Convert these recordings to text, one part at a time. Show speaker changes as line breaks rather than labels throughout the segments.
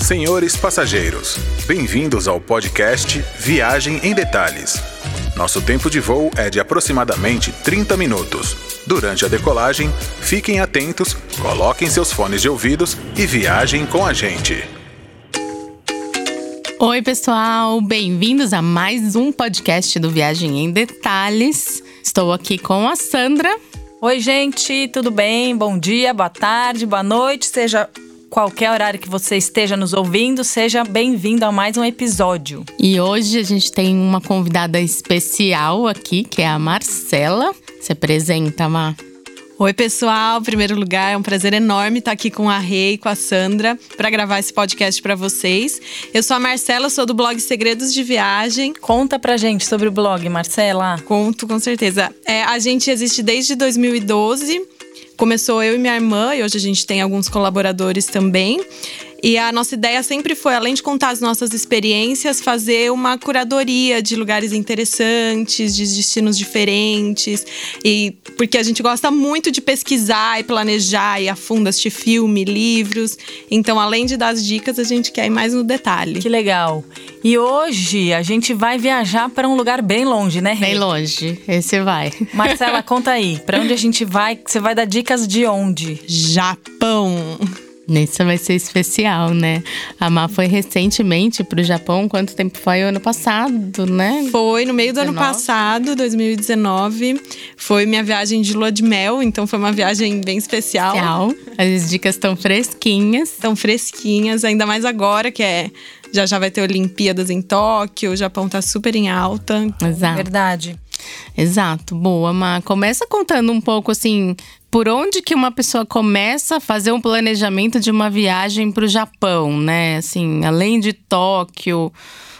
Senhores passageiros, bem-vindos ao podcast Viagem em Detalhes. Nosso tempo de voo é de aproximadamente 30 minutos. Durante a decolagem, fiquem atentos, coloquem seus fones de ouvidos e viajem com a gente.
Oi, pessoal! Bem-vindos a mais um podcast do Viagem em Detalhes. Estou aqui com a Sandra.
Oi, gente, tudo bem? Bom dia, boa tarde, boa noite, seja qualquer horário que você esteja nos ouvindo, seja bem-vindo a mais um episódio.
E hoje a gente tem uma convidada especial aqui, que é a Marcela. Se apresenta, Mar.
Oi, pessoal. Em primeiro lugar, é um prazer enorme estar aqui com a Rei e com a Sandra para gravar esse podcast para vocês. Eu sou a Marcela, sou do blog Segredos de Viagem.
Conta pra gente sobre o blog, Marcela.
Conto, com certeza. É, a gente existe desde 2012. Começou eu e minha irmã, e hoje a gente tem alguns colaboradores também. E a nossa ideia sempre foi, além de contar as nossas experiências, fazer uma curadoria de lugares interessantes, de destinos diferentes. E porque a gente gosta muito de pesquisar e planejar e a fundo assistir filme, livros. Então, além de dar as dicas, a gente quer ir mais no detalhe.
Que legal. E hoje a gente vai viajar para um lugar bem longe, né, Rê?
Bem longe, esse vai.
Marcela, conta aí, para onde a gente vai? Você vai dar dicas de onde?
Japão!
Isso vai ser especial, né? A Má foi recentemente pro Japão. Quanto tempo foi? Ano passado, né?
Foi no meio do
19?
ano passado, 2019. Foi minha viagem de lua de mel, então foi uma viagem bem especial.
Especial. As dicas estão fresquinhas.
Estão fresquinhas, ainda mais agora que é. Já já vai ter Olimpíadas em Tóquio, o Japão tá super em alta.
Exato.
Verdade.
Exato. Boa, Má. Começa contando um pouco assim. Por onde que uma pessoa começa a fazer um planejamento de uma viagem pro Japão, né? Assim, além de Tóquio,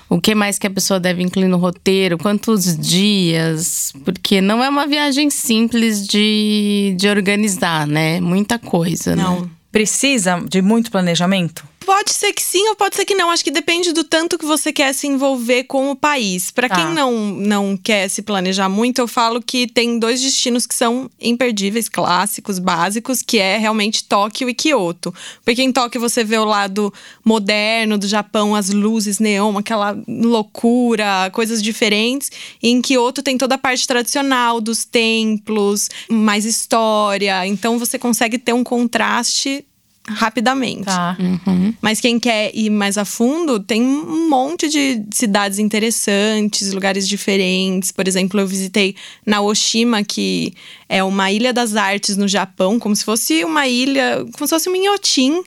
o que mais que a pessoa deve incluir no roteiro? Quantos dias? Porque não é uma viagem simples de, de organizar, né? Muita coisa, né?
Não.
Precisa de muito planejamento?
Pode ser que sim ou pode ser que não. Acho que depende do tanto que você quer se envolver com o país. Pra
Tá.
quem não, não quer se planejar muito, eu falo que tem dois destinos que são imperdíveis, clássicos, básicos, que é realmente Tóquio e Kyoto. Porque em Tóquio você vê o lado moderno do Japão, as luzes neon, aquela loucura, coisas diferentes. E em Kyoto tem toda a parte tradicional dos templos, mais história. Então você consegue ter um contraste rapidamente.
Tá.
Uhum.
Mas quem quer ir mais a fundo, tem um monte de cidades interessantes, lugares diferentes. Por exemplo, eu visitei Naoshima, que é uma ilha das artes no Japão, como se fosse uma ilha, como se fosse um Inhotim.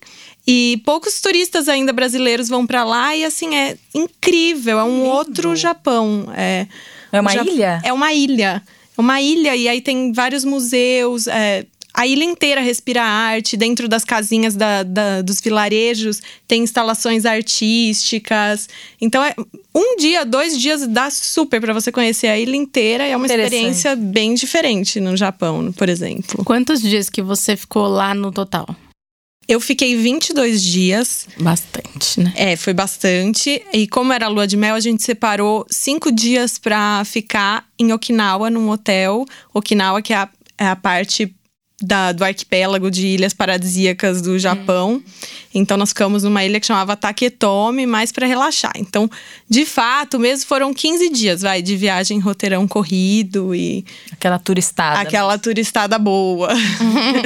E poucos turistas ainda brasileiros vão pra lá e assim é incrível, é um outro Japão. É,
É uma
o Jap-
ilha?
É uma ilha. É uma ilha e aí tem vários museus. é, a ilha inteira respira arte. Dentro das casinhas da- da- dos vilarejos tem instalações artísticas. Então, é, um dia, dois dias dá super pra você conhecer a ilha inteira. E é uma
Interessante.
experiência bem diferente no Japão, por exemplo.
Quantos dias que você ficou lá no total?
Eu fiquei 22 dias.
Bastante, né?
É, foi bastante. E como era lua de mel, a gente separou cinco dias pra ficar em Okinawa, num hotel. Okinawa, que é a, é a parte da- do arquipélago de ilhas paradisíacas do Japão. Então, nós ficamos numa ilha que chamava Taketomi, mais pra relaxar. Então, de fato, mesmo foram 15 dias, vai, de viagem, roteirão corrido e
Aquela turistada.
aquela turistada boa.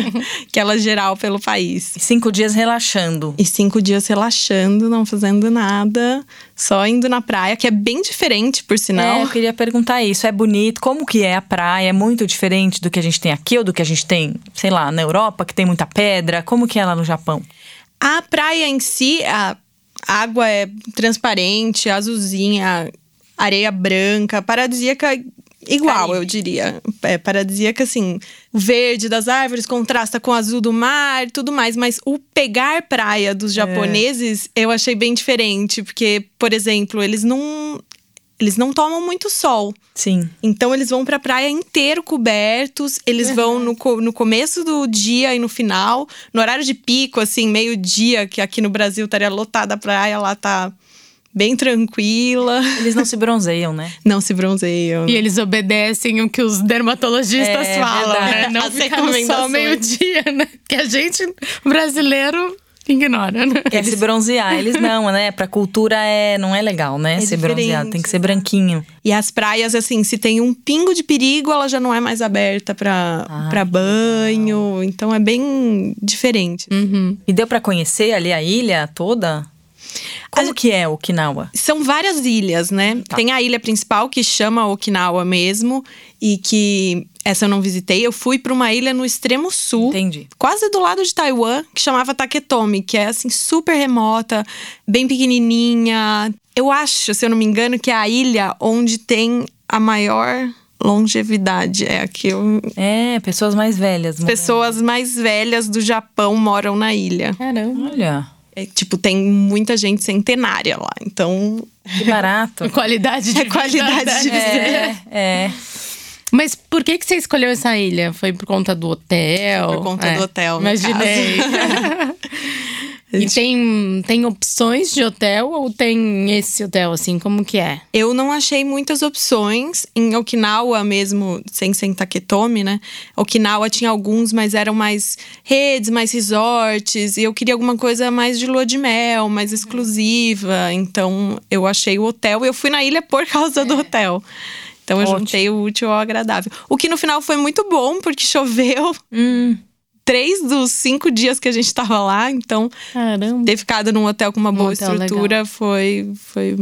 aquela geral pelo país.
Cinco dias relaxando.
E cinco dias relaxando, não fazendo nada, só indo na praia, que é bem diferente, por
É,
sinal.
eu queria perguntar isso. É bonito? Como que é a praia? É muito diferente do que a gente tem aqui ou do que a gente tem, sei lá, na Europa, que tem muita pedra? Como que é lá no Japão?
A praia em si, a água é transparente, azulzinha, areia branca, paradisíaca igual, eu diria. É, paradisíaca, assim, o verde das árvores contrasta com o azul do mar e tudo mais. Mas o pegar praia dos japoneses eu achei bem diferente, porque, por exemplo, eles não. Eles não tomam muito sol.
Sim.
Então eles vão pra praia inteiro cobertos, eles vão no, co- no começo do dia e no final, no horário de pico, assim, meio-dia, que aqui no Brasil estaria lotada a praia, lá tá bem tranquila,
Eles não se bronzeiam, né?
não se bronzeiam.
E eles obedecem o que os dermatologistas
É,
falam,
verdade.
né? Não
As
ficar no sol
recomendações.
meio-dia, né? Que a gente, brasileiro, Ignora, né?
É.
Quer se bronzear. Eles não, né? Pra cultura é, não é legal, né?
É
ser bronzeado.
diferente.
Tem que ser branquinho.
E as praias, assim, se tem um pingo de perigo, ela já não é mais aberta pra, pra banho. Então é bem diferente.
E deu pra conhecer ali a ilha toda? Como que é Okinawa?
São várias ilhas, né? Tem a ilha principal que chama Okinawa mesmo e que essa eu não visitei. Eu fui pra uma ilha no extremo sul,
Entendi.
quase do lado de Taiwan, que chamava Taketomi, que é assim super remota, bem pequenininha. Eu acho, se eu não me engano, que é a ilha onde tem a maior longevidade. É a que eu-
É, pessoas mais velhas. né? morando.
pessoas mais velhas do Japão moram na ilha.
Caramba.
Olha,
É, tipo, tem muita gente centenária lá. Então,
que barato.
Qualidade de
É qualidade de
vida. né?
é, é.
Mas por que, que você escolheu essa ilha? Foi por conta do hotel? É.
Por conta do hotel, no
Imaginei. e tem, tem opções de hotel ou tem esse hotel, assim? Como que é?
Eu não achei muitas opções. Em Okinawa mesmo, sem sem Taketomi, né? Okinawa tinha alguns, mas eram mais redes, mais resorts. E eu queria alguma coisa mais de lua de mel, mais exclusiva. Então eu achei o hotel e eu fui na ilha por causa do hotel. Então eu
Ótimo.
juntei o útil ao agradável. O que no final foi muito bom, porque choveu
Hum,
três dos cinco dias que a gente tava lá. Então
Caramba.
ter ficado num hotel com uma boa
hotel legal.
estrutura foi, foi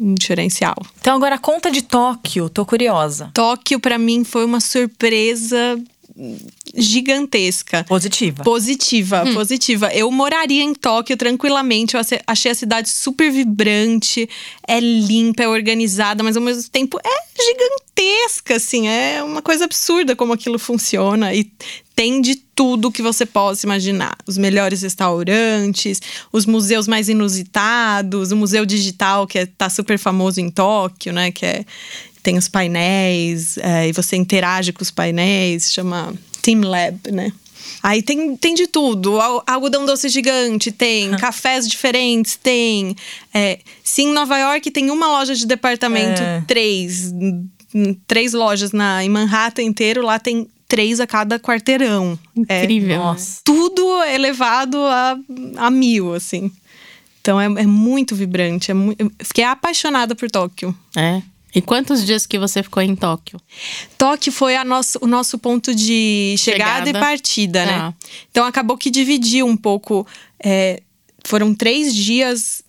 um diferencial.
Então agora conta de Tóquio, tô curiosa.
Tóquio pra mim foi uma surpresa gigantesca.
Positiva.
Positiva, positiva. Eu moraria em Tóquio tranquilamente. Eu ace- achei a cidade super vibrante, é limpa, é organizada, mas ao mesmo tempo é gigantesca, assim. É uma coisa absurda como aquilo funciona. E tem de tudo que você possa imaginar: os melhores restaurantes, os museus mais inusitados, o Museu Digital, que é, tá super famoso em Tóquio, né? Que é. Tem os painéis, é, e você interage com os painéis, chama Team Lab, né? Aí tem, tem de tudo. Al- Algodão doce gigante tem, cafés diferentes tem. É, se em Nova York tem uma loja de departamento,
É.
três. hum, hum, Três lojas na, em Manhattan inteiro, lá tem três a cada quarteirão. É,
Incrível.
Nossa.
tudo elevado a, a mil, assim. Então é, é muito vibrante. É mu- eu fiquei apaixonada por Tóquio.
É. E quantos dias que você ficou em Tóquio?
Tóquio foi a nosso, o nosso ponto de chegada,
Chegada.
e partida, né?
Ah.
Então acabou que dividiu um pouco. é, foram três dias.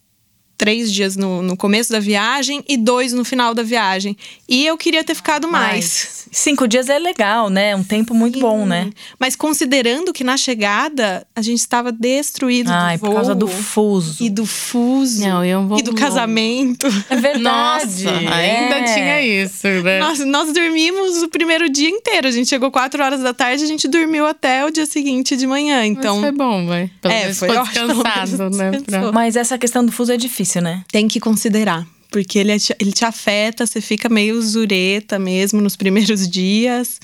Três dias no, no começo da viagem e dois no final da viagem. E eu queria ter ficado mais.
Mas Cinco dias é legal, né? Um tempo Ah, muito bom, né?
Mas considerando que na chegada a gente estava destruído
Ai,
do voo
por causa do fuso.
e do fuso
Não, eu vou-
e do casamento.
É verdade.
Nossa, ainda
é.
tinha isso, né?
Nós, nós dormimos o primeiro dia inteiro. A gente chegou 4 horas da tarde, a gente dormiu até o dia seguinte de manhã. Então,
Mas foi bom, vai. Pelo
É,
menos
foi
ficou
ótimo,
descansado,
pelo menos
né?
descansou.
Mas essa questão do fuso é difícil, né?
tem que considerar. Porque ele te, ele te afeta, você fica meio zureta mesmo nos primeiros dias.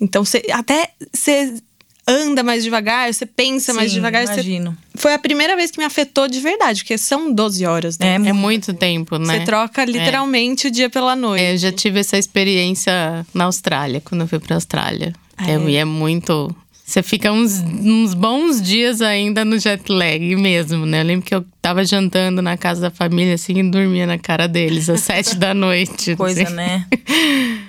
Então, você, até você anda mais devagar, você pensa mais
Sim,
devagar. você-
Imagino.
Foi a primeira vez que me afetou de verdade, porque são 12 horas, né?
É,
É muito tempo, né?
Você troca literalmente o dia pela noite.
É, eu já tive essa experiência na Austrália, quando eu fui pra Austrália.
Ah,
É,
é?
e é muito. Você fica uns, uns bons dias ainda no jet lag mesmo, né? Eu lembro que eu tava jantando na casa da família, assim, e dormia na cara deles às sete da noite.
coisa,
assim.
né?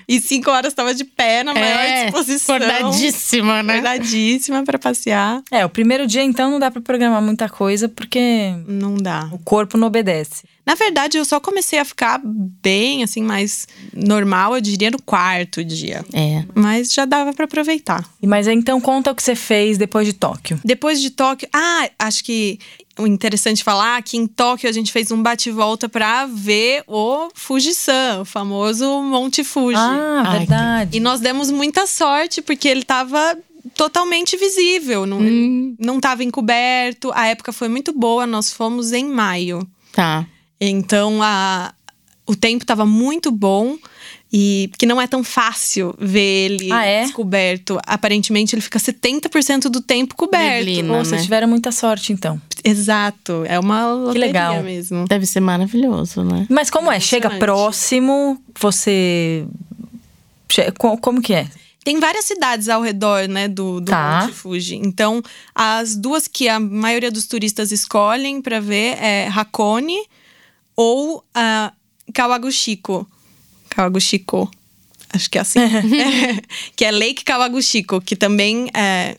E 5 horas tava de pé na maior
É,
disposição.
acordadíssima, né?
Acordadíssima pra passear.
É, o primeiro dia, então, não dá pra programar muita coisa, porque
Não dá.
o corpo não obedece.
Na verdade, eu só comecei a ficar bem, assim, mais normal, eu diria, no quarto dia.
É.
Mas já dava pra aproveitar.
E- Mas então conta o que você fez depois de Tóquio.
Depois de Tóquio. Ah, acho que o interessante falar é que em Tóquio a gente fez um bate-volta pra ver o Fujisan, o famoso Monte Fuji.
Ah,
Ai,
verdade.
E nós demos muita sorte, porque ele tava totalmente visível, não, não tava encoberto. A época foi muito boa, nós fomos em maio.
Tá.
Então a, o tempo estava muito bom e que não é tão fácil ver ele
Ah, é?
descoberto. Aparentemente ele fica 70% do tempo coberto.
Neblina.
Nossa,
né?
vocês tiveram muita sorte, então.
Exato, é uma loteria
legal.
mesmo.
Deve ser maravilhoso, né?
Mas como é? Chega
Impressionante.
próximo, você. che- co- Como que é?
tem várias cidades ao redor, né, do, do
Tá.
Monte Fuji. Então, as duas que a maioria dos turistas escolhem para ver é Hakone ou ah, Kawaguchiko. Kawaguchiko. Acho que é assim. É, que é Lake Kawaguchiko, que também é,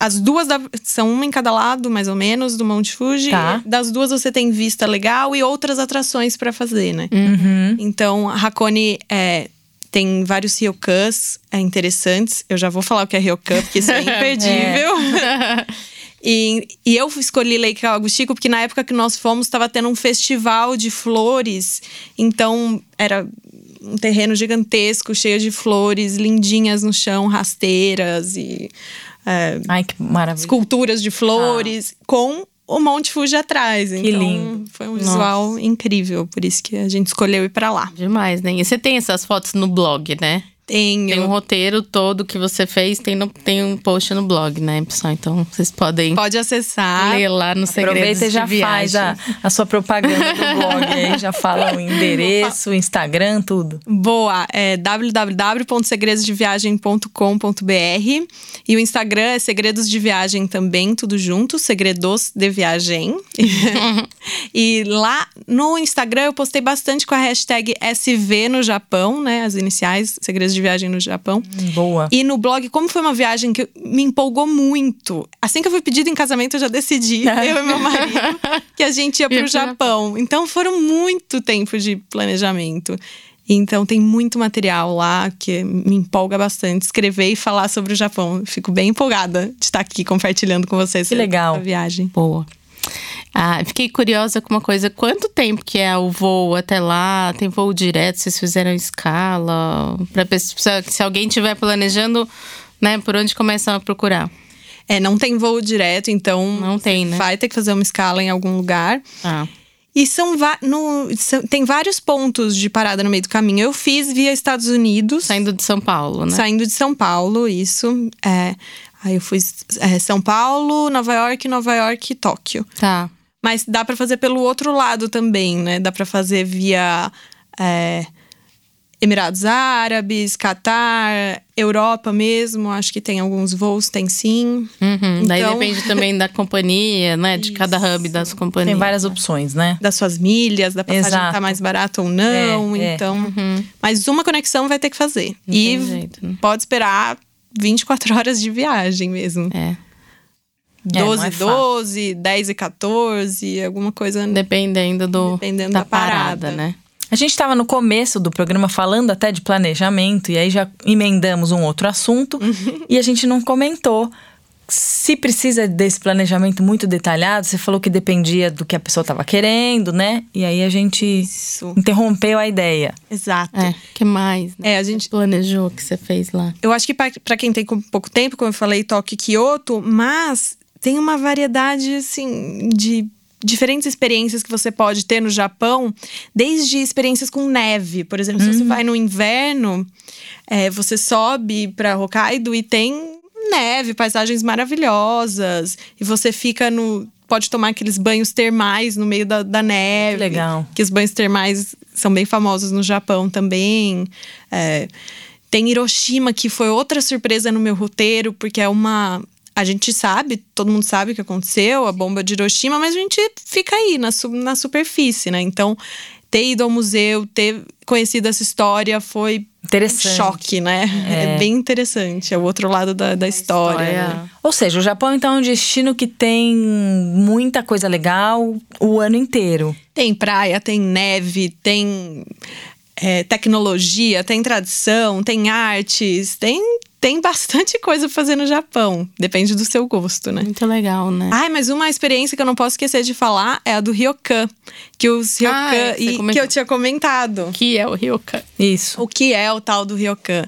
as duas da- são uma em cada lado, mais ou menos, do Monte Fuji.
Tá.
Das duas você tem vista legal e outras atrações para fazer, né?
Uhum.
Então, a Hakone é, tem vários ryokans é, interessantes. Eu já vou falar o que é ryokan, porque isso é imperdível.
É.
E, e eu escolhi Lake Kawaguchiko porque na época que nós fomos estava tendo um festival de flores. Então, era um terreno gigantesco, cheio de flores, lindinhas no chão, rasteiras e é,
Ai, que maravilha.
esculturas de flores, com o Monte Fuji atrás. Que então,
lindo.
Foi um visual incrível, por isso que a gente escolheu ir para lá.
Demais, né? E você tem essas fotos no blog, né?
Tenho.
Tem um roteiro todo que você fez, tem, no- tem um post no blog, né, pessoal? Então vocês podem
Pode acessar.
ler lá no Segredos
Ah, Aproveita e
de
já
Viagem.
faz a, a sua propaganda do blog aí, já fala o endereço, o Instagram, tudo.
Boa, é www.segredosdeviagem.com.br e o Instagram é Segredos de Viagem também, tudo junto, Segredos de Viagem. e lá no Instagram eu postei bastante com a hashtag SV no Japão, né, as iniciais, Segredos de Viagem no Japão.
Boa.
E no blog, como foi uma viagem que me empolgou muito. Assim que eu fui pedido em casamento, eu já decidi, eu e meu marido, que a gente ia
Ia
pro
pro
Japão. Então foram muito tempo de planejamento. Então tem muito material lá que me empolga bastante escrever e falar sobre o Japão. Fico bem empolgada de estar aqui compartilhando com vocês
Que legal.
essa viagem.
Boa. Ah, fiquei curiosa com uma coisa. Quanto tempo que é o voo até lá? Tem voo direto? Vocês fizeram escala? Pra pessoa, se alguém estiver planejando, né, por onde começam a procurar?
É, não tem voo direto, então
Não tem, né?
vai ter que fazer uma escala em algum lugar.
Ah,
E são, va- no- são- tem vários pontos de parada no meio do caminho. Eu fiz via Estados Unidos.
saindo de São Paulo, né?
Saindo de São Paulo, isso. É, aí eu fui é, São Paulo, Nova York, Nova York e Tóquio.
Tá.
Mas dá pra fazer pelo outro lado também, né? Dá pra fazer via é, Emirados Árabes, Catar, Europa mesmo. Acho que tem alguns voos, tem sim.
Uhum. Daí
Então-
depende também da companhia, né? De cada hub das companhias.
Tem várias opções, né?
Das suas milhas, da passagem
Exato.
tá mais barata ou não.
É, é.
então, mas uma conexão vai ter que fazer.
Não
e
tem jeito, né?
pode esperar 24 horas de viagem mesmo.
É.
É, não
12
é
e
fácil.
12, 10 e 14, alguma coisa.
Depende ainda do,
Dependendo
da,
da parada.
parada, né?
A gente estava no começo do programa falando até de planejamento e aí já emendamos um outro assunto e a gente não comentou se precisa desse planejamento muito detalhado. Você falou que dependia do que a pessoa estava querendo, né? E aí a gente
Isso.
interrompeu a ideia.
Exato.
É, que mais, né?
É, a gente.
Planejou o que você fez lá.
Eu acho que pra pra quem tem com pouco tempo, como eu falei, toque Kyoto, mas tem uma variedade, assim, de diferentes experiências que você pode ter no Japão, desde experiências com neve. Por exemplo, se você vai no inverno, é, você sobe pra Hokkaido e tem neve, paisagens maravilhosas, e você fica no. Pode tomar aqueles banhos termais no meio da, da neve.
legal.
que os banhos termais são bem famosos no Japão também. É, tem Hiroshima, que foi outra surpresa no meu roteiro, porque é uma. A gente sabe, todo mundo sabe o que aconteceu, a bomba de Hiroshima, mas a gente fica aí na, su- na superfície, né? Então, ter ido ao museu, ter conhecido essa história foi um
Interessante.
choque, né? É. bem interessante. É o outro lado da, da história. né?
Ou seja, o Japão então é um destino que tem muita coisa legal o ano inteiro.
Tem praia, tem neve, tem é, tecnologia, tem tradição, tem artes, tem, tem bastante coisa pra fazer no Japão. Depende do seu gosto, né?
Muito legal, né?
Ai, mas uma experiência que eu não posso esquecer de falar é a do Ryokan, que os Ryokan
Ah, é, você
e- que
comentou.
eu tinha comentado.
que é o Ryokan.
Isso.
O que é o tal do ryokan?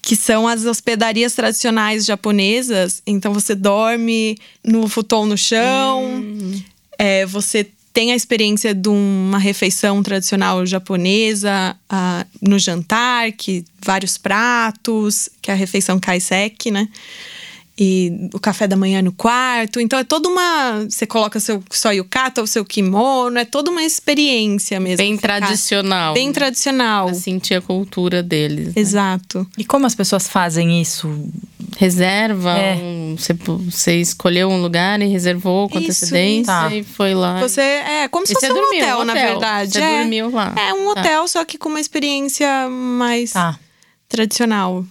Que são as hospedarias tradicionais japonesas. Então você dorme no futon no chão.
Hum.
É, você tem a experiência de uma refeição tradicional japonesa ah, no jantar, que vários pratos, que é a refeição kaiseki, né? e o café da manhã no quarto. Então é toda uma. Você coloca seu só yukata ou seu kimono, é toda uma experiência mesmo.
Bem
Ficar
tradicional. né? Assim,
Bem tradicional.
Pra sentir a cultura deles. né?
Exato.
E como as pessoas fazem isso?
Reserva,
É.
um- você, você escolheu um lugar e reservou com
Isso,
antecedência
isso.
e foi lá.
Você é como se
E você
fosse um
dormiu,
hotel,
um
na
hotel.
verdade.
Você
é.
dormiu lá.
É um
Tá.
hotel, só que com uma experiência mais
Tá.
tradicional.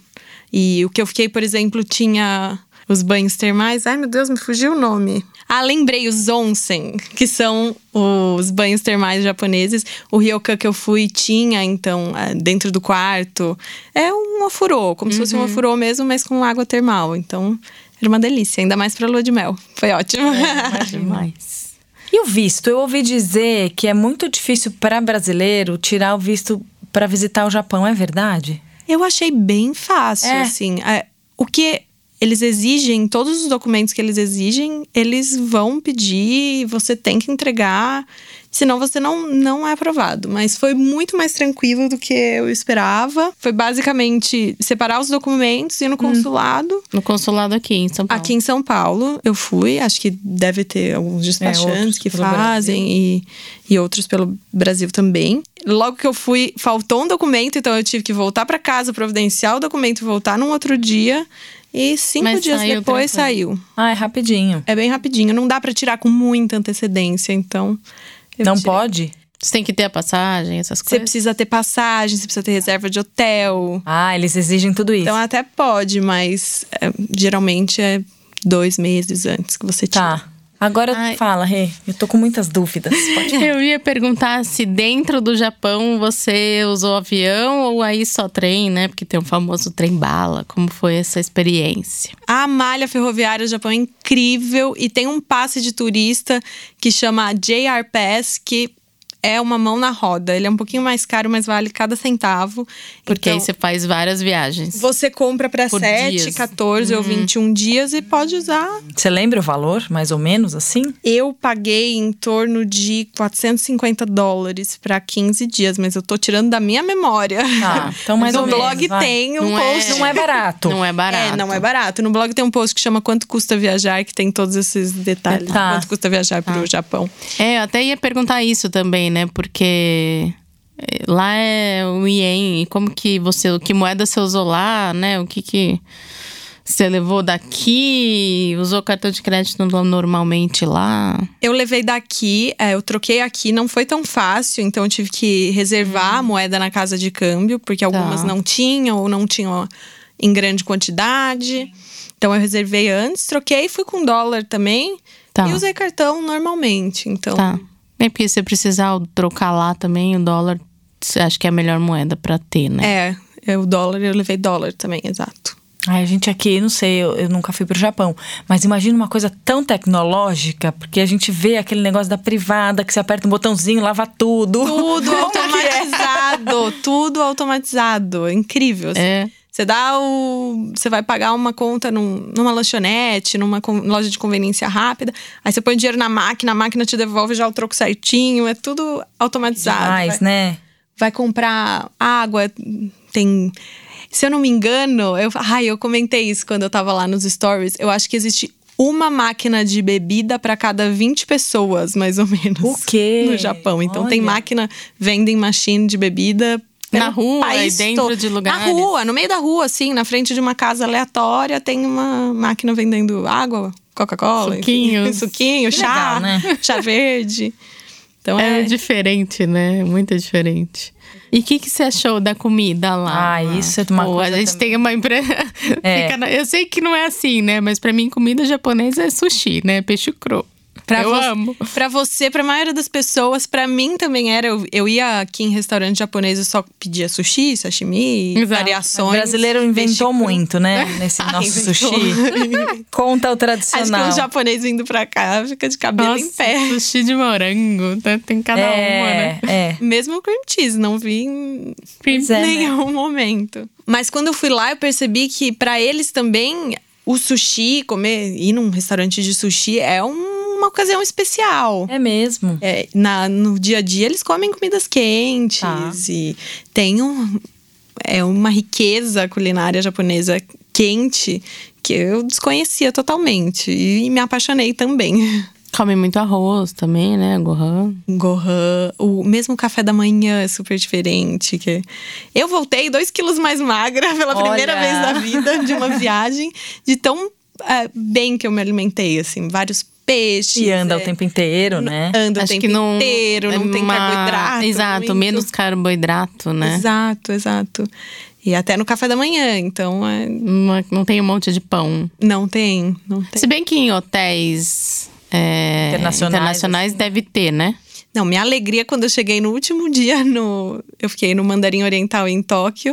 E o que eu fiquei, por exemplo, tinha os banhos termais. Ai, meu Deus, me fugiu o nome. Ah, lembrei, os onsen, que são os banhos termais japoneses. O ryokan que eu fui tinha, então, ah, dentro do quarto. É um ofurô, como se fosse
Uhum.
um ofurô mesmo, mas com água termal. Então, era uma delícia, ainda mais pra lua de mel. Foi ótimo.
é Demais.
E o visto? Eu ouvi dizer que é muito difícil para brasileiro tirar o visto para visitar o Japão, é verdade?
Eu achei bem fácil,
É.
assim. É, o que eles exigem, todos os documentos que eles exigem, eles vão pedir, você tem que entregar, senão você não, não é aprovado. Mas foi muito mais tranquilo do que eu esperava. Foi basicamente separar os documentos, ir no consulado.
No consulado aqui em São Paulo.
Aqui em São Paulo, eu fui. Acho que deve ter alguns despachantes
É, outros
que
pelo
fazem e, e outros pelo Brasil também. Logo que eu fui, faltou um documento, então eu tive que voltar para casa, providenciar o documento, voltar num outro dia. E cinco
Mas
dias
saiu
depois
tranquilo.
saiu.
Ah, é rapidinho.
É bem rapidinho, não dá para tirar com muita antecedência, então. eu
Não
tirei.
pode?
Você tem que ter a passagem, essas
Você
coisas.
precisa ter passagem, você precisa ter reserva de hotel.
Ah, eles exigem tudo isso.
Então até pode, mas é, geralmente é dois meses antes que você tira.
tá. Agora
Ai.
fala, Rê. Eu tô com muitas dúvidas. Pode-
Eu ia perguntar se dentro do Japão você usou avião ou aí só trem, né? Porque tem o famoso trem bala. Como foi essa experiência?
A malha ferroviária do Japão é incrível e tem um passe de turista que chama JR Pass, que é uma mão na roda. Ele é um pouquinho mais caro, mas vale cada centavo.
Porque
Então,
aí você faz várias viagens.
você compra para
Por
7,
dias.
14 ou 21 dias e pode usar.
Você lembra o valor, mais ou menos, assim?
Eu paguei em torno de 450 dólares para 15 dias, mas eu tô tirando da minha memória.
Tá, então mais
no
ou menos,
blog
vai.
tem um
Não é-
post
Não é barato.
Não é barato.
É, não é barato. No blog tem um post que chama Quanto Custa Viajar, que tem todos esses detalhes. de
Tá.
Quanto custa viajar pro Japão.
É, eu até ia perguntar isso também, né? Porque eh, lá é o ien, e como que você, que moeda você usou lá, né? O que que você levou daqui? Usou cartão de crédito no- normalmente lá?
Eu levei daqui, é, eu troquei aqui, não foi tão fácil, então eu tive que reservar a moeda na casa de câmbio, porque algumas
Hum. Tá.
não tinham ou não tinham em grande quantidade. Então eu reservei antes, troquei, fui com dólar também
Tá.
e usei cartão normalmente. Então,
Tá. É porque se precisar trocar lá também, o dólar, cê acha que é a melhor moeda pra ter, né?
é, é, o dólar, eu levei dólar também, exato.
Ai, a gente aqui, não sei, eu, eu nunca fui pro Japão, mas imagina uma coisa tão tecnológica, porque a gente vê aquele negócio da privada que você aperta um botãozinho, lava tudo.
Tudo
é?
automatizado, tudo automatizado. É Incrível. assim.
É.
Você dá o. Você vai pagar uma conta num- numa lanchonete, numa con- loja de conveniência rápida. Aí você põe o dinheiro na máquina, a máquina te devolve já o troco certinho. É tudo automatizado.
Demais,
vai,
né?
vai comprar água, tem. Se eu não me engano, eu, ai, eu comentei isso quando eu tava lá nos stories. Eu acho que existe uma máquina de bebida para cada 20 pessoas, mais ou menos.
O quê?
No Japão. Então tem
Olha.
máquina, vendem machine de bebida. pelo
Na rua,
país
e dentro
todo.
de lugares.
Na rua, no meio da rua, assim, na frente de uma casa aleatória, tem uma máquina vendendo água, Coca-Cola, enfim,
Suquinhos.
suquinho, chá,
legal, né?
chá verde. Então
É,
é,
diferente, né? Muito diferente. E o que, que você achou da comida lá?
Ah, isso é uma
Pô,
coisa
A gente tem uma impressão.
É.
Eu sei que não é assim, né? Mas pra mim, comida japonesa é sushi, né? Peixe cru.
Pra
eu
você-
amo.
Pra você, pra maioria das pessoas, pra mim também era. Eu, eu ia aqui em restaurante japonês e só pedia sushi, sashimi,
Exato.
O
variações.
brasileiro
Mexi-
inventou muito, né? Nesse nosso
inventou.
sushi. Conta o
Acho que
tradicional.
um japonês vindo pra cá fica de cabelo em
Nossa,
pé.
sushi de morango. né? Tem cada uma,
é,
né?
é.
Mesmo cream cheese, não vi em
Pois é, né?
nenhum momento. Mas quando eu fui lá, eu percebi que pra eles também o sushi, comer, ir num restaurante de sushi é um- uma ocasião especial.
É mesmo.
É, na, no dia a dia eles comem comidas quentes
Tá.
e tem um, é uma riqueza culinária japonesa quente que eu desconhecia totalmente e me apaixonei também.
Come muito arroz também, né? Gohan.
Gohan, o mesmo café da manhã é super diferente. Que eu voltei dois quilos mais magra pela
Olha!
primeira vez na vida de uma viagem, de tão é, bem que eu me alimentei, assim, vários peixes.
E anda o
é,
tempo inteiro, né?
Anda o
Acho
tempo
que não. é
inteiro, não tem tá
uma-
carboidrato.
Exato,
muito.
menos carboidrato, né?
Exato, exato. E até no café da manhã, então é,
Uma- não tem um monte de pão.
não tem, não tem.
Se bem que em hotéis é,
Internacionais,
internacionais, deve ter, né?
Não, minha alegria quando eu cheguei no último dia no, eu fiquei no Mandarim Oriental em Tóquio,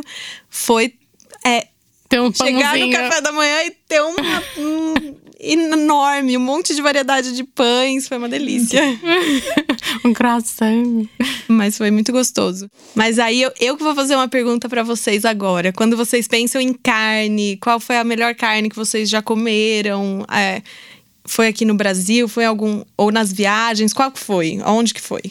foi é,
Tem um
chegar no
pãozinho.
café da manhã e ter uma um, enorme, um monte de variedade de pães, foi uma delícia.
um croissant.
Mas foi muito gostoso. Mas aí eu, eu que vou fazer uma pergunta pra vocês agora. Quando vocês pensam em carne, qual foi a melhor carne que vocês já comeram? É, foi aqui no Brasil? Foi algum ou nas viagens? Qual que foi? Onde que foi?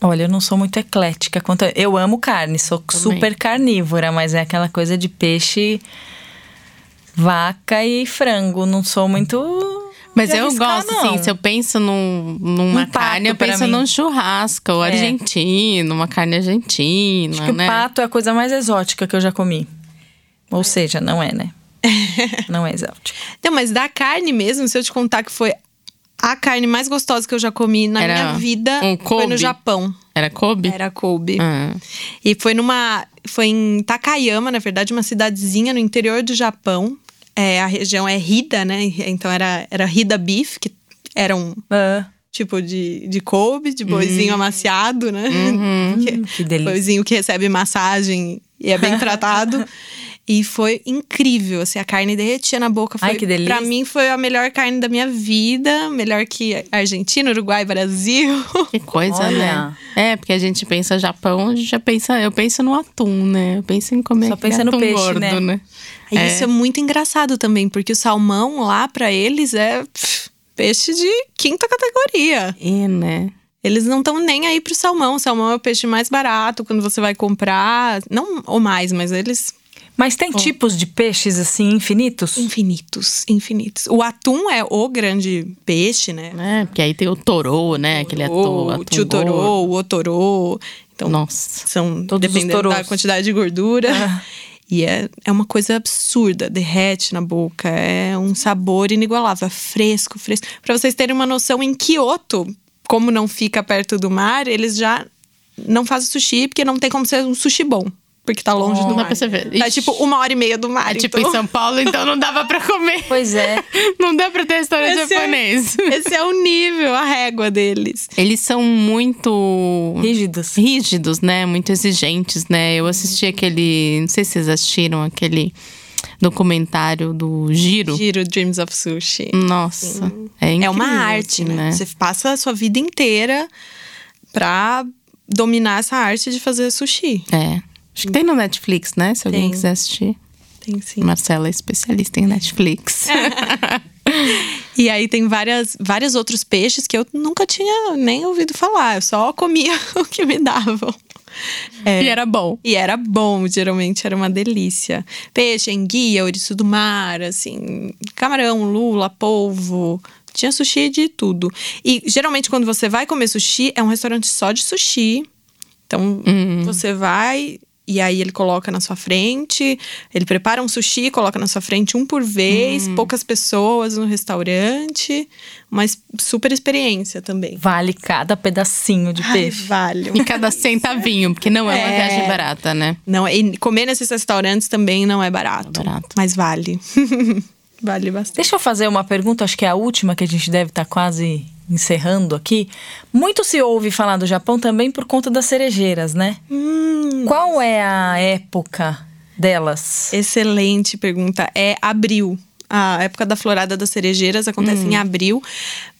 Olha, eu não sou muito eclética quanto a- eu amo carne, sou super carnívora, mas é aquela coisa de peixe, vaca e frango. Não sou muito
Mas
de
eu
arriscar,
gosto, assim,
não.
se eu penso num, numa
pato
carne, eu
Um pra
penso
mim.
num churrasco ou
É.
argentino, uma carne argentina,
Acho que
né?
o pato é a coisa mais exótica que eu já comi. Ou seja, não é, né? não é exótico.
Não, mas da carne mesmo, se eu te contar que foi a carne mais gostosa que eu já comi na
Era
minha vida,
um
foi no
Kobe?
Japão.
Era Kobe?
Era Kobe.
Ah.
E foi numa. Foi em Takayama, na verdade, uma cidadezinha no interior do Japão. É, a região é Hida, né? Então era, era Hida Beef, que era um
Ah,
tipo de, de Kobe, de boizinho amaciado, né?
que Uhum. delícia.
Boizinho que recebe massagem e é bem tratado. E foi incrível, assim, a carne derretia na boca. Foi,
Ai, que delícia.
Pra mim foi a melhor carne da minha vida, melhor que Argentina, Uruguai, Brasil.
Que coisa,
Olha.
né? É, porque a gente pensa Japão, a gente já pensa, eu penso no atum, né? Eu penso em comer
Só
aquele
pensa no
atum
peixe,
gordo,
né?
E Isso é muito engraçado também, porque o salmão lá pra eles é pff, peixe de quinta categoria.
É, né?
Eles não estão nem aí pro salmão. O salmão é o peixe mais barato quando você vai comprar, não ou mais, mas eles
Mas tem tipos de peixes assim infinitos?
infinitos, infinitos. O atum é o grande peixe, né?
É, porque aí tem o torô, né? Aquele atum,
o
atum
tio
gordo.
torô, o otorô. Então,
Nossa.
são
Todos os
dependendo da
toros.
quantidade de gordura. E é, é uma coisa absurda, derrete na boca, é um sabor inigualável, é fresco, fresco. Pra vocês terem uma noção, em Kyoto, como não fica perto do mar, eles já não fazem sushi porque não tem como ser um sushi bom, porque tá longe do
Não dá
mar.
pra você ver.
Tá
Ixi.
tipo uma hora e meia do mar.
É tipo
então-
em São Paulo, então não dava pra comer.
Pois é.
Não dá pra ter restaurante
Esse é-
japonês.
Esse é o nível, a régua deles.
Eles são muito
Rígidos.
rígidos, né? Muito exigentes, né? Eu assisti
Uhum.
aquele. Não sei se vocês assistiram aquele documentário do Giro.
Giro Dreams of Sushi.
Nossa. É,
É uma
incrível,
arte,
assim,
né? Você passa a sua vida inteira pra dominar essa arte de fazer sushi.
É. Acho que tem no Netflix, né? Se alguém
Tem.
quiser assistir.
Tem sim.
Marcela é especialista em Netflix.
E aí tem várias, vários outros peixes que eu nunca tinha nem ouvido falar. Eu só comia o que me davam. É.
E era bom.
E era bom, geralmente era uma delícia. Peixe, enguia, ouriço do mar, assim, camarão, lula, polvo. Tinha sushi de tudo. E geralmente quando você vai comer sushi, é um restaurante só de sushi. Então
Uhum.
você vai e aí ele coloca na sua frente, ele prepara um sushi, coloca na sua frente um por vez,
Uhum.
poucas pessoas no restaurante, mas super experiência também.
Vale cada pedacinho de
Ai,
peixe.
vale.
E cada centavinho, porque não é uma
É.
viagem barata, né?
Não, e comer nesses restaurantes também não é barato.
Não é barato.
Mas vale. vale bastante.
Deixa eu fazer uma pergunta, acho que é a última que a gente deve estar quase encerrando aqui. Muito se ouve falar do Japão também por conta das cerejeiras, né?
Hum.
Qual é a época delas?
Excelente pergunta. É abril. A época da florada das cerejeiras acontece em abril.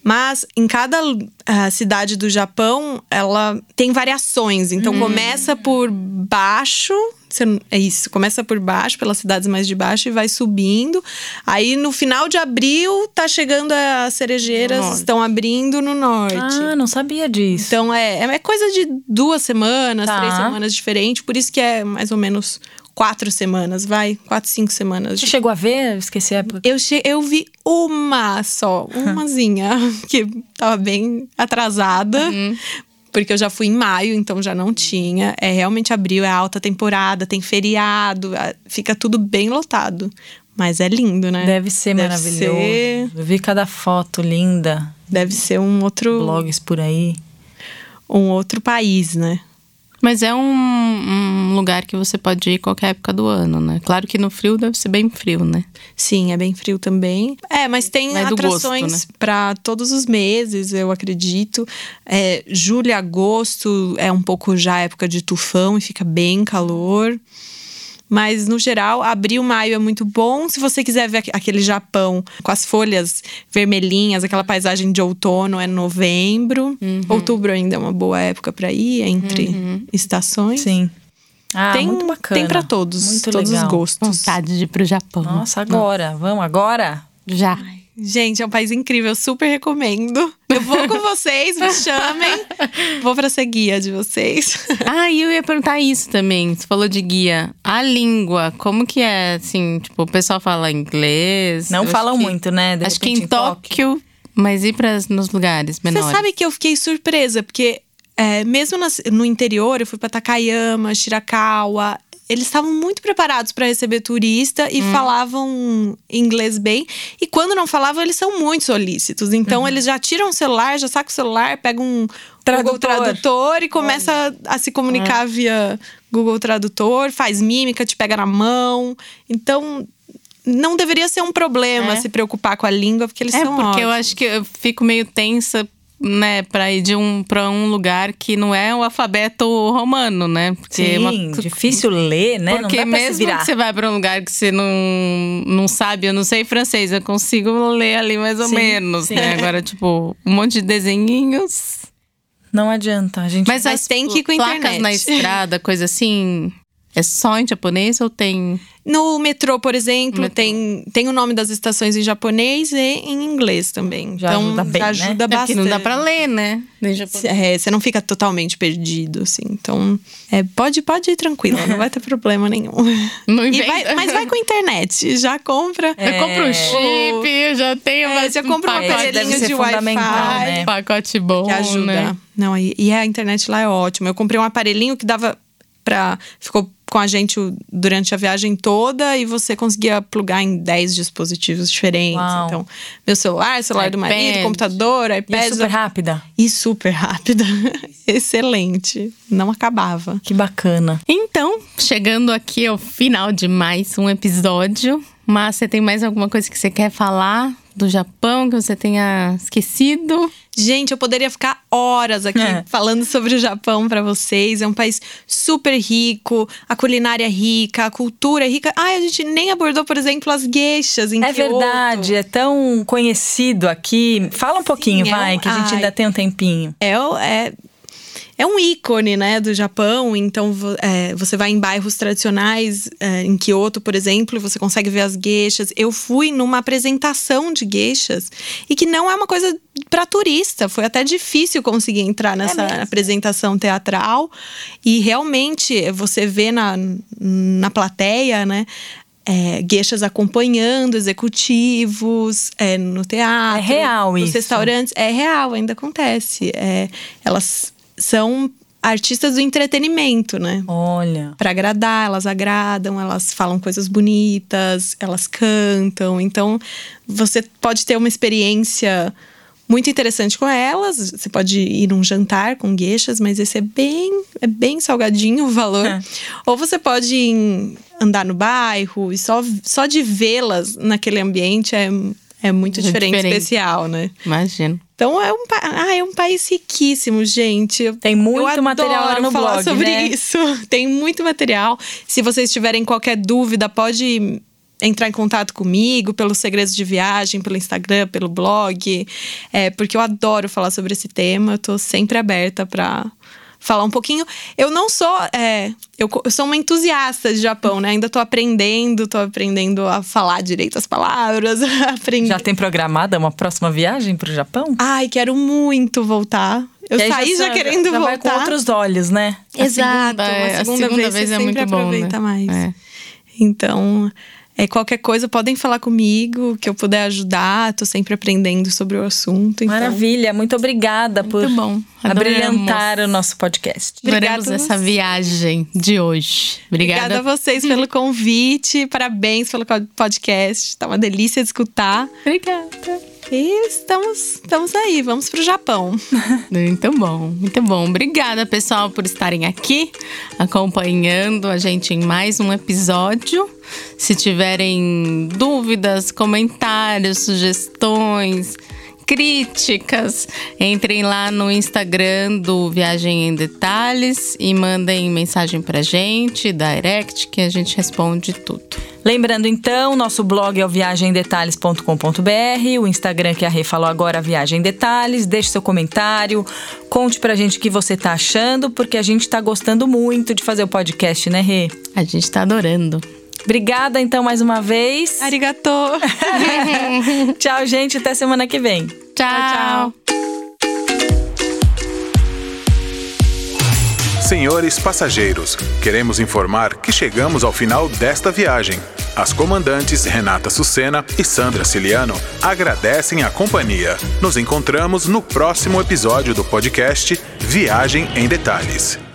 Mas em cada ah, cidade do Japão, ela tem variações. Então começa por baixo. você não- É isso, começa por baixo, pelas cidades mais de baixo e vai subindo. Aí no final de abril, tá chegando as cerejeiras,
norte.
estão abrindo no norte.
Ah, não sabia disso.
Então é, é coisa de duas semanas,
Tá.
três semanas diferente, por isso que é mais ou menos quatro semanas, vai, quatro, cinco semanas.
Então,
Você chegou a ver? Eu Esqueci a época.
Eu, che- eu vi uma só,
Hum.
umazinha, que tava bem atrasada.
Uhum.
Porque eu já fui em maio, então já não tinha. É realmente abril, é alta temporada, tem feriado, a- fica tudo bem lotado. Mas é lindo, né?
Deve ser maravilhoso.
ser-
Eu vi cada foto linda,
deve ser um
Hum.
outro,
blogs por aí.
um outro país, né?
Mas é um, um lugar que você pode ir qualquer época do ano, né? Claro que no frio deve ser bem frio, né?
Sim, é bem frio também. É, mas tem
Mas é do
atrações
né?
gosto,
pra todos os meses, eu acredito. É, julho e agosto é um pouco já época de tufão e fica bem calor. Mas, no geral, abril, maio é muito bom. Se você quiser ver aque- aquele Japão com as folhas vermelhinhas, aquela paisagem de outono, é novembro.
Uhum.
Outubro ainda é uma boa época pra ir, é entre estações.
Sim. Ah,
tem,
muito bacana.
Tem pra todos,
Muito
todos
legal.
os gostos.
Vontade de ir pro Japão.
Nossa, agora. Vamos agora?
Já.
Gente, é um país incrível, eu super recomendo. Eu vou com vocês, me chamem. Vou pra ser guia de vocês.
Ah, e eu ia perguntar isso também. Você falou de guia. A língua, como que é? Assim, tipo, o pessoal fala inglês.
Não
Eu
falam
acho que-
muito, né? De
acho que
repente
em Tóquio, mas ir para nos lugares menores.
Você sabe que eu fiquei surpresa, porque é, mesmo nas- no interior, eu fui pra Takayama, Shirakawa. Eles estavam muito preparados pra receber turista
Hum.
e falavam inglês bem. E quando não falavam, eles são muito solícitos. Então,
Uhum.
eles já tiram o celular, já sacam o celular, pegam um Google
Tradutor.
Tradutor e começa a se
Ah.
comunicar via Google Tradutor, faz mímica, te pega na mão. Então, não deveria ser um problema
É.
se preocupar com a língua, porque eles
É
são
porque eu
ótimos.
acho que eu fico meio tensa, né, para ir de um para um lugar que não é o alfabeto romano, né? Porque
Sim,
uma-
difícil ler, né?
Porque
não dá pra se
mesmo
virar.
que você vai para um lugar que você não, não sabe, eu não sei francês, eu consigo ler ali mais ou
Sim,
menos,
sim.
né? Agora, tipo, um monte de desenhinhos.
Não adianta. A gente
Mas,
Mas
as
tem que ir com a
placas
internet.
na estrada, coisa assim, é só em japonês ou tem
No metrô, por exemplo, tem, tem o nome das estações em japonês e em inglês também.
Já
então,
ajuda bem,
já
né?
ajuda
é porque
bastante.
não dá pra ler, né? Em japonês.
É, você não fica totalmente perdido, assim. Então, é, pode, pode ir tranquila, não vai ter problema nenhum.
Não
E
inventa.
vai- mas vai com a internet, já compra.
Eu compro um chip, eu já tenho
É,
mais
já compra
um
uma
pacote,
deve
aparelhinho
ser
de
fundamental,
Wi-Fi.
né?
um pacote bom,
que ajuda.
né?
Oh, Não, e, e a internet lá é ótima. Eu comprei um aparelhinho que dava pra. ficou com a gente o- durante a viagem toda e você conseguia plugar em 10 dispositivos diferentes.
Uau.
Então, meu celular, celular do marido,
iPad.
computador,
E é
iPad.
super rápida.
E super rápida. Excelente. Não acabava.
Que bacana.
Então, chegando aqui ao final de mais um episódio, mas você tem mais alguma coisa que você quer falar do Japão que você tenha esquecido?
Gente, eu poderia ficar horas aqui
É.
falando sobre o Japão pra vocês. É um país super rico, a culinária é rica, a cultura é rica. Ah, a gente nem abordou, por exemplo, as gueixas em
É
Kyoto.
verdade, é tão conhecido aqui. Fala um pouquinho,
é
vai,
um-
que a gente
ai.
ainda tem um tempinho.
é, o- é, é um ícone, né, do Japão. Então, vo- é, você vai em bairros tradicionais, é, em Kyoto, por exemplo, e você consegue ver as gueixas. Eu fui numa apresentação de gueixas e que não é uma coisa para turista. Foi até difícil conseguir entrar nessa
É mesmo?
apresentação teatral. E realmente, você vê na, na plateia, né, é, gueixas acompanhando executivos é, no teatro.
É real
nos
isso.
restaurantes restaurantes, é real, ainda acontece. É, elas são artistas do entretenimento, né?
Olha.
Pra agradar, elas agradam, elas falam coisas bonitas, elas cantam. Então, você pode ter uma experiência muito interessante com elas. Você pode ir num jantar com gueixas, mas esse é bem, é bem salgadinho o valor.
É.
Ou você pode ir em- andar no bairro e só, só de vê-las naquele ambiente é, é muito
É
diferente,
diferente.
especial, né?
Imagino.
Então é um, pa- ah, é um país riquíssimo, gente. Eu-
Tem muito
eu adoro
material lá no
falar
blog,
sobre
né?
isso. Tem muito material. Se vocês tiverem qualquer dúvida, pode entrar em contato comigo pelos segredos de viagem, pelo Instagram, pelo blog, é, porque eu adoro falar sobre esse tema. Eu tô sempre aberta para falar um pouquinho. Eu não sou, é, eu, co- eu sou uma entusiasta de Japão, né? Ainda tô aprendendo, tô aprendendo a falar direito as palavras, aprendendo.
Já tem programada uma próxima viagem pro Japão?
Ai, quero muito voltar. Ah, Eu
E aí
saí já,
só-
querendo
já
voltar.
Vai com outros olhos, né?
A
Exato.
segunda, é-
a segunda vez, você sempre
é muito bom, né?
aproveita mais.
É.
Então, é, qualquer coisa, podem falar comigo, que eu puder ajudar. Tô sempre aprendendo sobre o assunto. Então,
Maravilha, muito obrigada por
Muito bom.
abrilhantar o nosso podcast.
Adoramos
Obrigada a
essa
você.
viagem de hoje.
Obrigada a
Obrigada.
vocês pelo convite. Parabéns pelo co- podcast. Tá uma delícia de escutar.
Obrigada.
E estamos, estamos aí. Vamos pro Japão.
Muito bom, muito bom. Obrigada, pessoal, por estarem aqui acompanhando a gente em mais um episódio. Se tiverem dúvidas, comentários, sugestões, críticas, entrem lá no Instagram do Viagem em Detalhes e mandem mensagem pra gente, direct, que a gente responde tudo.
Lembrando então, nosso blog é o viagemdetalhes.com.br, o Instagram que a Rê falou agora, Viagem em Detalhes. Deixe seu comentário, conte pra gente o que você tá achando, porque a gente tá gostando muito de fazer o podcast, né, Rê?
A gente tá adorando.
Obrigada então mais uma vez.
Arigato!
Tchau, gente, até semana que vem.
tchau.
tchau.
Senhores passageiros, queremos informar que chegamos ao final desta viagem. As comandantes Renata Sucena e Sandra Ciliano agradecem a companhia. Nos encontramos no próximo episódio do podcast Viagem em Detalhes.